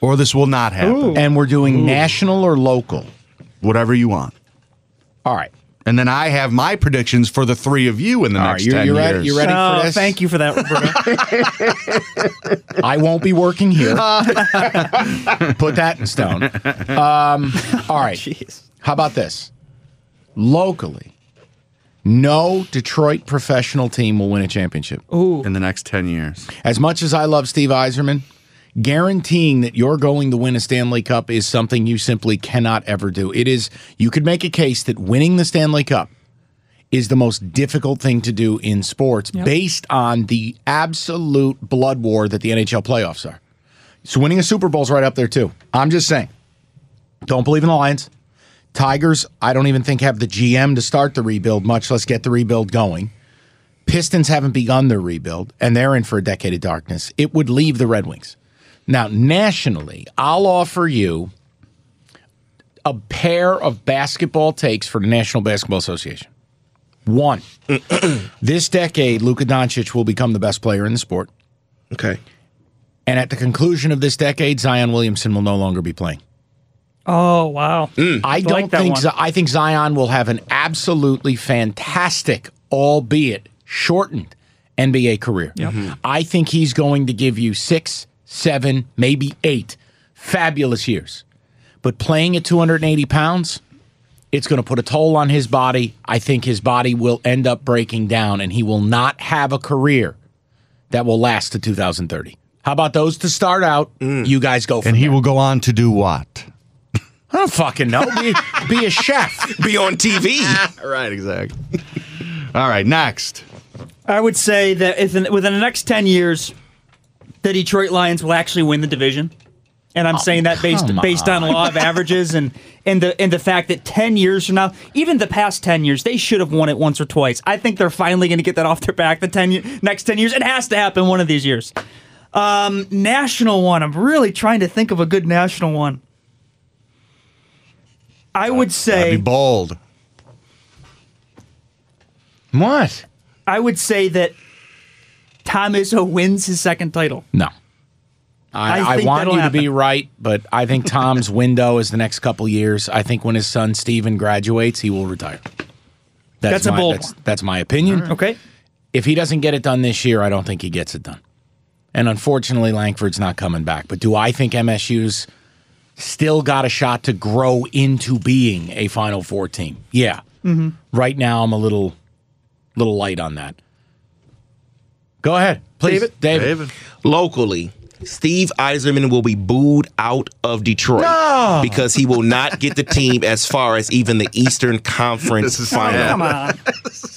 or this will not happen.
And we're doing national or local.
Whatever you want.
All right.
And then I have my predictions for the three of you in the
All right,
next
you-
10
you ready-
years.
you ready? for
Oh,
this?
thank you for that. Roberto.
I won't be working here. Put that in stone. Um, all right.
Jeez.
How about this? Locally, no Detroit professional team will win a championship.
in the next 10 years?
As much as I love Steve Eiserman, guaranteeing that you're going to win a Stanley Cup is something you simply cannot ever do. It is, you could make a case that winning the Stanley Cup is the most difficult thing to do in sports based on the absolute blood war that the NHL playoffs are. So winning a Super Bowl is right up there, too. I'm just saying, don't believe in the Lions. Tigers, I don't even think have the GM to start the rebuild, much less get the rebuild going. Pistons haven't begun their rebuild and they're in for a decade of darkness. It would leave the Red Wings. Now, nationally, I'll offer you a pair of basketball takes for the National Basketball Association. One, this decade, Luka Doncic will become the best player in the sport.
okay.
And at the conclusion of this decade, Zion Williamson will no longer be playing.
Oh wow.
I don't
like that
think
one.
Z- I think Zion will have an absolutely fantastic, albeit shortened, NBA career. Mm-hmm. I think he's going to give you six, seven, maybe eight fabulous years. But playing at 280 pounds, it's going to put a toll on his body. I think his body will end up breaking down and he will not have a career that will last to 2030. How about those to start out? You guys go for
Mm. And he will go on to do what?
I don't fucking know. Be, be a chef.
Be on TV.
right, exactly. All right, next.
I would say that if in, within the next 10 years, the Detroit Lions will actually win the division. And I'm saying that based
come
based on law of averages and, and the and the fact that 10 years from now, even the past 10 years, they should have won it once or twice. I think they're finally going to get that off their back the 10 ye- next 10 years. It has to happen one of these years. Um, national one. I'm really trying to think of a good national one. I would
Be
say
bold.
What?
I would say that Tom Izzo wins his second title.
No. I,
I
I,
think
want
that'll
you to
happen.
be right, but I think Tom's window is the next couple years. I think when his son Steven graduates, he will retire.
That's a
my,
bold
that's,
one.
that's my opinion.
Okay.
If he doesn't get it done this year, I don't think he gets it done. And unfortunately, Langford's not coming back. But do I think MSU's still got a shot to grow into being a Final Four team? Yeah.
Mm-hmm.
Right now, I'm a little, little light on that. Go ahead, please, David.
locally, Steve Eiserman will be booed out of Detroit because he will not get the team as far as even the Eastern Conference final.
Come on.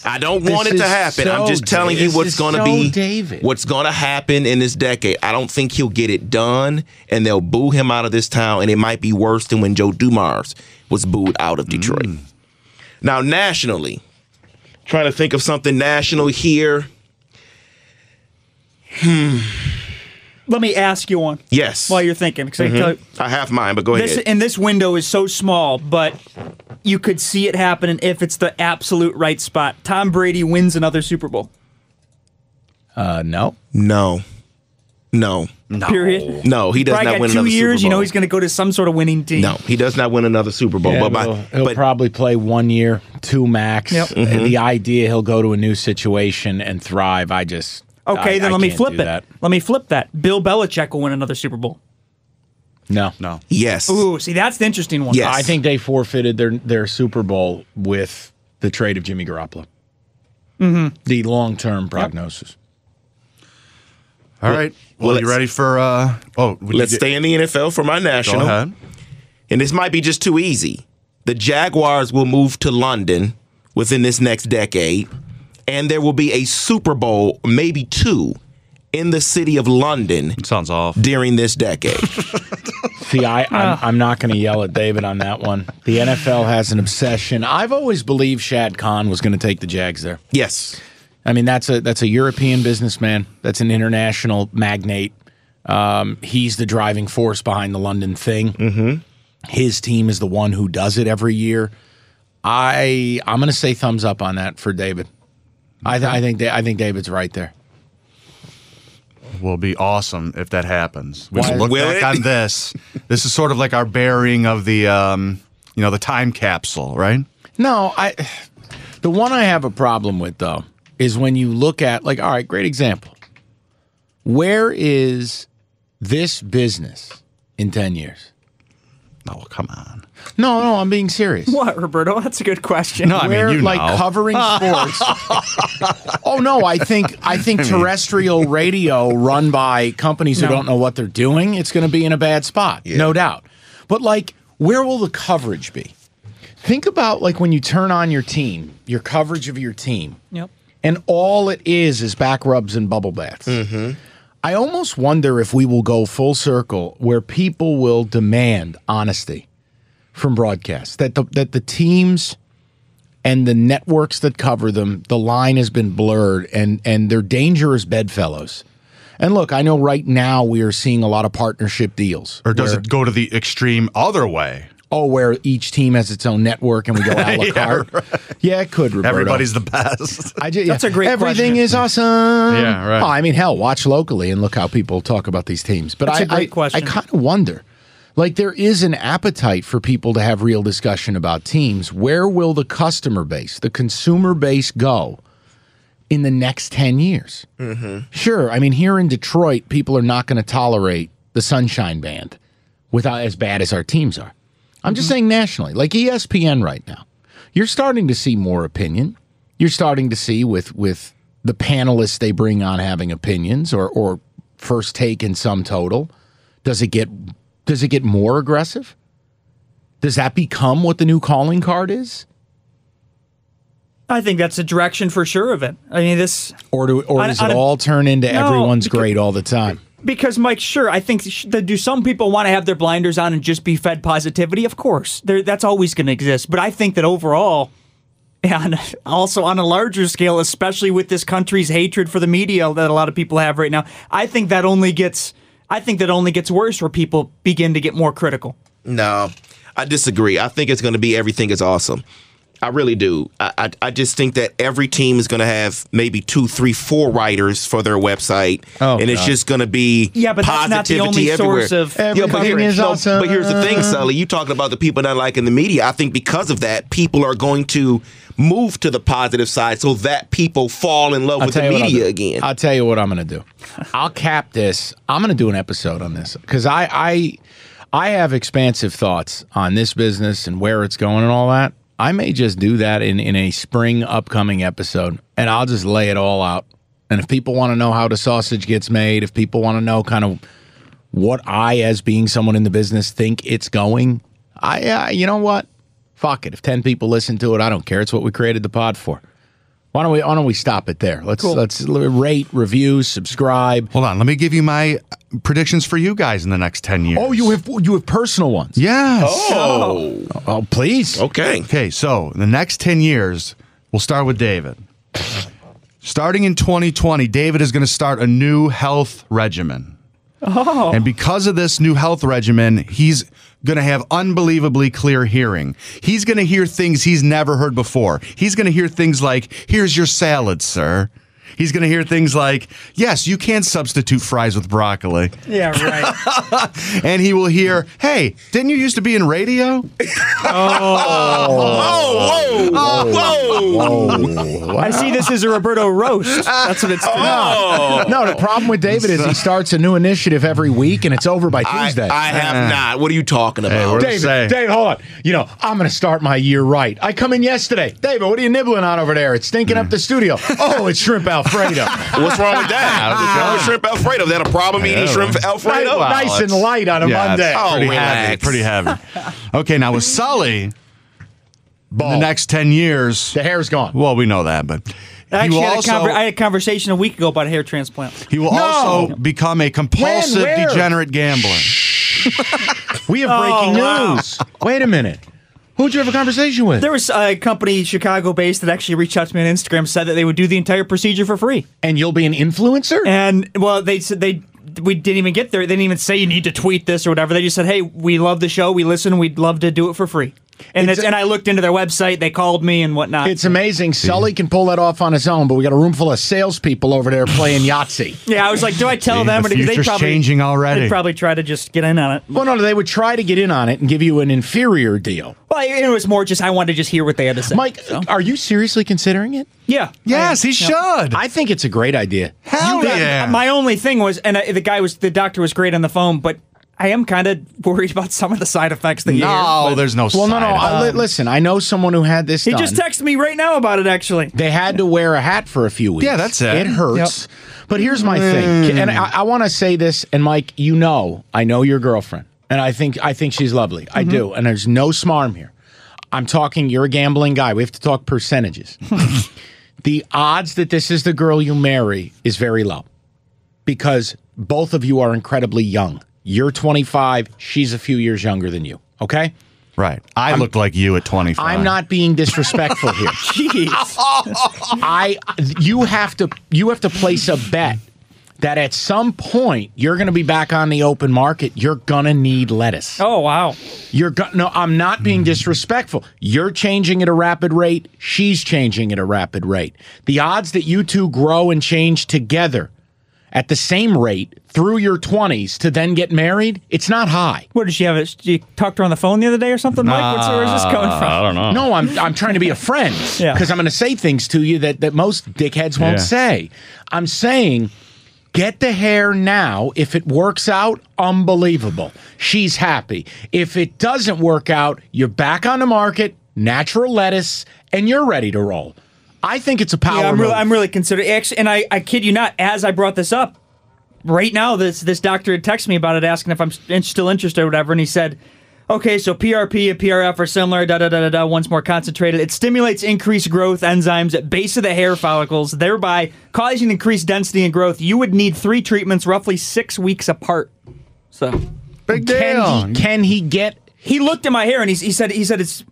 I don't want
This
it to
is
happen.
so
I'm just telling
David.
you what's
This is
going to
so
be
David.
what's going to happen in this decade. I don't think he'll get it done and they'll boo him out of this town and it might be worse than when Joe Dumars was booed out of Detroit.
Mm.
Now nationally, trying to think of something national here.
Let me ask you one
Yes. Mm-hmm.
while you're thinking. 'cause I can tell you-
I have mine, but go
this,
ahead.
and this window is so small, but you could see it happening if it's the absolute right spot. Tom Brady wins another Super Bowl.
Uh, no.
No. No.
No. Period.
No, he does
Probably
not
got
win
two
another
years.
Super Bowl.
You know he's going to go to some sort of winning team.
No, he does not win another Super Bowl. but by,
he'll, he'll
but
probably play one year, two max. Uh,
Yep.
The idea he'll go to a new situation and thrive. I just
Okay,
I-
then
I
let me
can't
flip
do
it.
that.
Let me flip that. Bill Belichick will win another Super Bowl.
No, no.
yes.
Ooh, see, that's the interesting one.
Yes.
I think they forfeited their their Super Bowl with the trade of Jimmy Garoppolo. Mm-hmm. The long term prognosis.
All right. Well,
well,
you
let's-
ready for? uh Oh, we
Let's
did-
stay in the NFL for my
Go
national.
ahead.
And this might be just too easy. The Jaguars will move to London within this next decade, and there will be a Super Bowl, maybe two, in the city of London
Sounds off.
during this decade.
See, I,
Ah.
I'm, I'm not going to yell at David on that one. The NFL has an obsession. I've always believed Shad Khan was going to take the Jags there.
yes.
I mean, that's a that's a European businessman. That's an international magnate. Um, he's the driving force behind the London thing. Mm-hmm. His team is the one who does it every year. I I'm going to say thumbs up on that for David. I, th- I think da- I think David's right there.
Will be awesome if that happens. We
Why-
should look
Will
back
it?
on this. This is sort of like our burying of the, um you know, the time capsule, right?
No, I. The one I have a problem with though is when you look at like, all right, great example. Where is this business in ten years?
Oh, come on.
No, no, I'm being serious.
What, Roberto? That's a good question.
I mean,
We're
you
like
know.
covering sports. oh no, I think I think terrestrial radio run by companies who
No.
don't know what they're doing, it's going to be in a bad spot, no doubt. But like, where will the coverage be? Think about like when you turn on your team, your coverage of your team,
Yep.
and all it is is back rubs and bubble baths.
Mm-hmm.
I almost wonder if we will go full circle where people will demand honesty from broadcasts that the, that the teams and the networks that cover them, the line has been blurred and and they're dangerous bedfellows. And look, I know right now we are seeing a lot of partnership deals.
Or does it go to the extreme other way?
Oh, where each team has its own network and we go a la carte. yeah, it could. Roberto.
Everybody's the best.
I ju-
That's
yeah.
a great
Everything
question.
is awesome.
Yeah, right.
Oh, I mean, hell, watch locally and look how people talk about these teams. But
That's
I,
a great
I-
question.
I kind of wonder. Like there is an appetite for people to have real discussion about teams. Where will the customer base, the consumer base go in the next 10 years?
Mm-hmm.
Sure. I mean, here in Detroit, people are not going to tolerate the Sunshine Band without as bad as our teams are. I'm
Mm-hmm.
just saying nationally, like E ESPN right now, you're starting to see more opinion. You're starting to see with with the panelists they bring on having opinions or or first take in some total. Does it get does it get more aggressive? Does that become what the new calling card is?
I think that's the direction for sure of it. I mean, this
Or do or
I-
does
I
it
don't-
all turn into
No,
everyone's
because-
great all the time?
because Mike, sure, I think sh- that do some people want to have their blinders on and just be fed positivity? Of course, there, that's always going to exist. But I think that overall, and also on a larger scale, especially with this country's hatred for the media that a lot of people have right now, I think that only gets, I think that only gets worse where people begin to get more critical.
No, I disagree. I think it's going to be everything is awesome. I really do. I, I, I just think that every team is going to have maybe two, three, four writers for their website,
Oh,
and it's
God.
just going to be
Yeah, but that's not the
positivity
only
everywhere.
source of
Yeah, but,
Everything is
no,
awesome. Uh-huh.
but here's the thing, Sully. You talking about the people not liking the media? I think because of that, people are going to move to the positive side, so that people fall in love with the
tell you what I'll
media
do.
again.
I'll tell you what I'm going to do. I'll cap this. I'm going to do an episode on this because I, I I have expansive thoughts on this business and where it's going and all that. I may just do that in in a spring upcoming episode, and I'll just lay it all out. And if people want to know how the sausage gets made, if people want to know kind of what I, as being someone in the business, think it's going, I uh, you know what? Fuck it. If ten people listen to it, I don't care. It's what we created the pod for. Why don't we? Why don't we stop it there? Let's let's l- rate, review, subscribe.
Hold on, let me give you my predictions for you guys in the next ten years.
Oh, you have you have personal ones.
yes.
oh,
Oh, please.
okay.
Okay, so the next 10 years, we'll start with David. Starting in 2020, David is going to start a new health regimen. Oh. And because of this new health regimen, he's going to have unbelievably clear hearing. He's going to hear things he's never heard before. He's going to hear things like, here's your salad, sir. He's going to hear things like, yes, you can substitute fries with broccoli.
Yeah, right.
And he will hear, hey, didn't you used to be in radio?
Oh, whoa, whoa.
I see this as a Roberto roast. That's what it's.
No, the problem with David is he starts a new initiative every week and it's over by Tuesday.
I, I
Uh-huh.
have not. What are you talking about?
we're-
David,
Say.
David, hold on. You know, I'm going to start my year right. I come in yesterday. David, what are you nibbling on over there? It's stinking up the studio. Oh, it's shrimp Alfredo.
What's wrong with that? What's wrong with shrimp Alfredo? Is that a problem eating shrimp
nice
Alfredo?
nice and light on a Monday.
Oh,
pretty heavy.
relax.
Pretty heavy. Okay, now with Sully, in
Bald.
the next 10 years,
the hair's gone.
well, we know that, but
I actually
he will,
had a
also,
conver- I had a conversation a week ago about a hair transplant.
he will also become a compulsive
Where?
degenerate gambler.
We have breaking
Oh,
news. Wait a minute. Who'd you have a conversation with?
There was a company Chicago based that actually reached out to me on Instagram, said that they would do the entire procedure for free.
and you'll be an influencer?
And well, they said they we didn't even get there. They didn't even say you need to tweet this or whatever. They just said, "Hey, we love the show. We listen. We'd love to do it for free." And it's,
It's-
and I looked into their website. They called me and whatnot.
It's amazing. Sully can pull that off on his own, but we got a room full of salespeople over there playing Yahtzee.
yeah, I was like, "Do I tell
See,
them?"
the
do
future's changing already.
They probably try to just get in on it.
Well, no, they would try to get in on it and give you an inferior deal.
Well, it was more just I wanted to just hear what they had to say.
Mike, are you seriously considering it?
yeah,
Yes, he should.
I think it's a great idea.
Hell
That-
yeah.
My only thing was, and I, the guy was, the doctor was great on the phone, but I am kind of worried about some of the side effects that you hear.
no, there's no
Well, no, no.
side.
I, li- listen, I know someone who had this
He
done.
just texted me right now about it, actually.
they had to wear a hat for a few weeks.
Yeah, that's Mm. it.
It hurts. But here's my thing, and I, I want to say this, and Mike, you know, I know your girlfriend, and I think I think she's lovely. I do,
Mm-hmm.
and there's no smarm here. I'm talking. You're a gambling guy. We have to talk percentages. the odds that this is the girl you marry is very low because both of you are incredibly young. You're 25. She's a few years younger than you. Okay.
right. I looked like you at 25.
I'm not being disrespectful here.
Jeez.
I you have to you have to place a bet that at some point you're going to be back on the open market. You're gonna need lettuce.
Oh, Hmm. wow.
You're go- no, I'm not being disrespectful. You're changing at a rapid rate. She's changing at a rapid rate. The odds that you two grow and change together at the same rate through your 20s to then get married, it's not high.
What did she have? it- You talked to her on the phone the other day or something, Mike? What's, where's this
Uh,
coming from?
Uh, I don't know.
No, I'm I'm trying to be a friend because
Oh. Yeah.
I'm going to say things to you that that most dickheads won't
Yeah.
say. I'm saying get the hair now if it works out unbelievable. She's happy. If it doesn't work out, you're back on the market, natural lettuce and you're ready to roll. I think it's a power
Yeah, I'm
move.
really, I'm really considering. Actually, and I, I kid you not, as I brought this up, right now this this doctor had texted me about it, asking if I'm s- in- still interested or whatever, and he said, "Okay, so PRP and PRF are similar. Da da da da da. One's more concentrated. It stimulates increased growth enzymes at base of the hair follicles, thereby causing increased density and growth. You would need three treatments, roughly six weeks apart. So
Big
can he, can he get
he looked at my hair and he, he said he said it's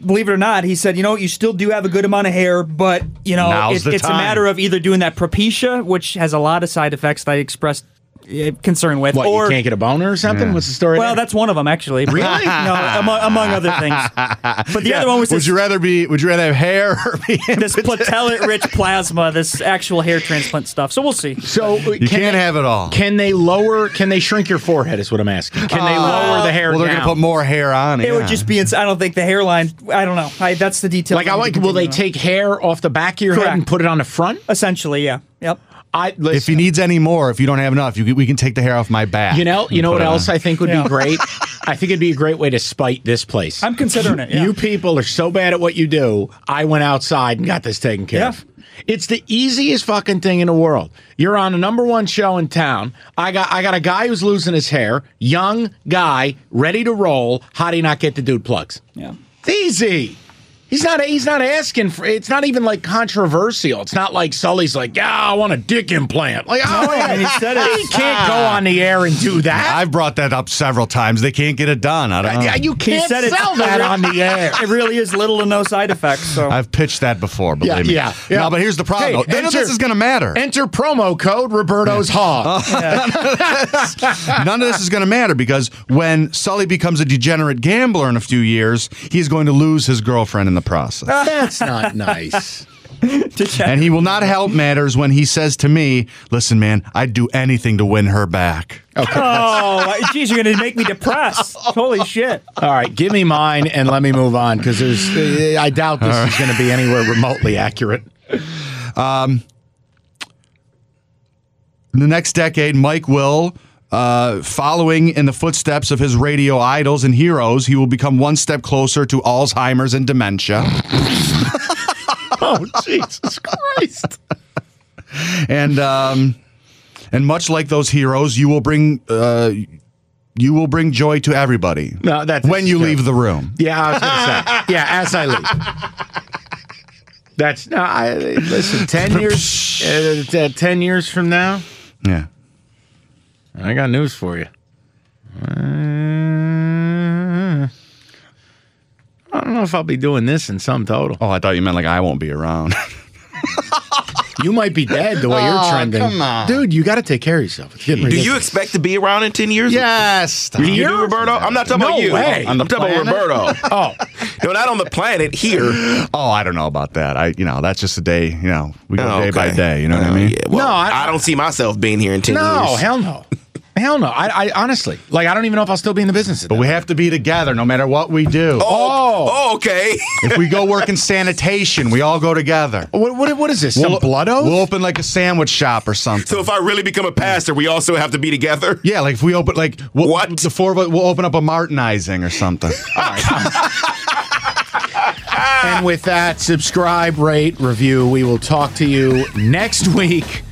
believe it or not he said you know you still do have a good amount of hair but you know
Now's
it,
the
it's a
time."
matter of either doing that propecia which has a lot of side effects that I expressed eh, concern with
what
or
you can't get a boner or something? What's the story?
well
there?
that's one of them actually really no among, among other things but the other one was
Would
this,
you rather be? Would you rather have hair or be?
this platelet rich plasma this actual hair transplant stuff so we'll see
so uh,
You can't have it all.
Can they lower? Can they shrink your forehead? Is what I'm asking. Can they lower the hair?
Uh, well, they're
down?
gonna put more hair on.
it would just be ins- I don't think the hairline I don't know I, that's the detail
Like
we
I
need
like.
to
Will they
continue on.
take hair off the back of your head
Correct.
and put it on the front?
essentially yeah yep
I
If he
listen,
needs any more, if you don't have enough, you, can- we can take the hair off my back.
you know, you
and
know
put
what
it
else
on.
I think would
Yeah.
be great. I think it'd be a great way to spite this place.
I'm considering it, yeah.
You people are so bad at what you do. I went outside and got this taken care
Yeah.
of. It's the easiest fucking thing in the world. You're on the number one show in town. I got I got a guy who's losing his hair, young guy, ready to roll. How do you not get the dude plugs?
yeah
It's easy. He's not. He's not asking for. It's not even like controversial. It's not like Sully's like, yeah, I want a dick implant. Like, oh, yeah. he
said it.
can't go on the air and do that.
I've brought that up several times. They can't get it done. I don't.
yeah, you
He
can't
said it's-
sell that on the air.
it really is little to no side effects. So
I've pitched that before, believe
Yeah,
me.
yeah, yeah.
No, but here's the
Hey,
problem. though. None of
enter-
this is going to matter.
Enter promo code Roberto's Hog.
None of this is going to matter because when Sully becomes a degenerate gambler in a few years, he's going to lose his girlfriend in the process.
That's not nice.
and he will not help matters when he says to me, "Listen, man, I'd do anything to win her back."
oh, geez, you're gonna make me depressed. Holy shit!
All right, give me mine and let me move on because there's. uh, I doubt this is going to be anywhere remotely accurate.
In the next decade, Mike will, uh, following in the footsteps of his radio idols and heroes, he will become one step closer to Alzheimer's and dementia.
Oh Jesus Christ!
and um, and much like those heroes, you will bring uh, you will bring joy to everybody.
No, that's
when you
true.
leave the room.
Yeah, I was gonna say. Yeah, as I leave. That's no. I listen. Ten years. Uh, t- uh, ten years from now,
Yeah.
I got news for you. Uh, I don't know if I'll be doing this in some total.
Oh, I thought you meant like I won't be around.
You might be dead the way you're trending, come on. dude. You got to take care of yourself. It's getting
Do you
ridiculous.
expect to be around in 10 years?
yes.
Do you do, Roberto? I'm not talking
No
about you.
way.
I'm talking
planet?
about Roberto.
Oh,
no, not on the planet, here.
Oh, I don't know about that. I, you know, that's just a day. You know, we go
Oh,
day by
okay.
day. You know what I
Oh,
mean?
yeah. Well,
No, I-
I, don't see myself being here in 10 years.
no, hell no, hell no. I, I honestly, like, I don't even know if I'll still be in the business. at
But
that
we have to be together, no matter what we do.
Oh, oh, okay.
If we go work in sanitation, we all go together.
oh.
What, what, what is this? Oh, Some blood oath?
We'll open like a sandwich shop or something.
so if I really become a pastor, we also have to be together?
yeah, like if we open like we'll,
What?
the four of us, we'll open up a Martinizing or something.
And with that, subscribe, rate, review. We will talk to you next week.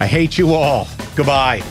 I hate you all. Goodbye.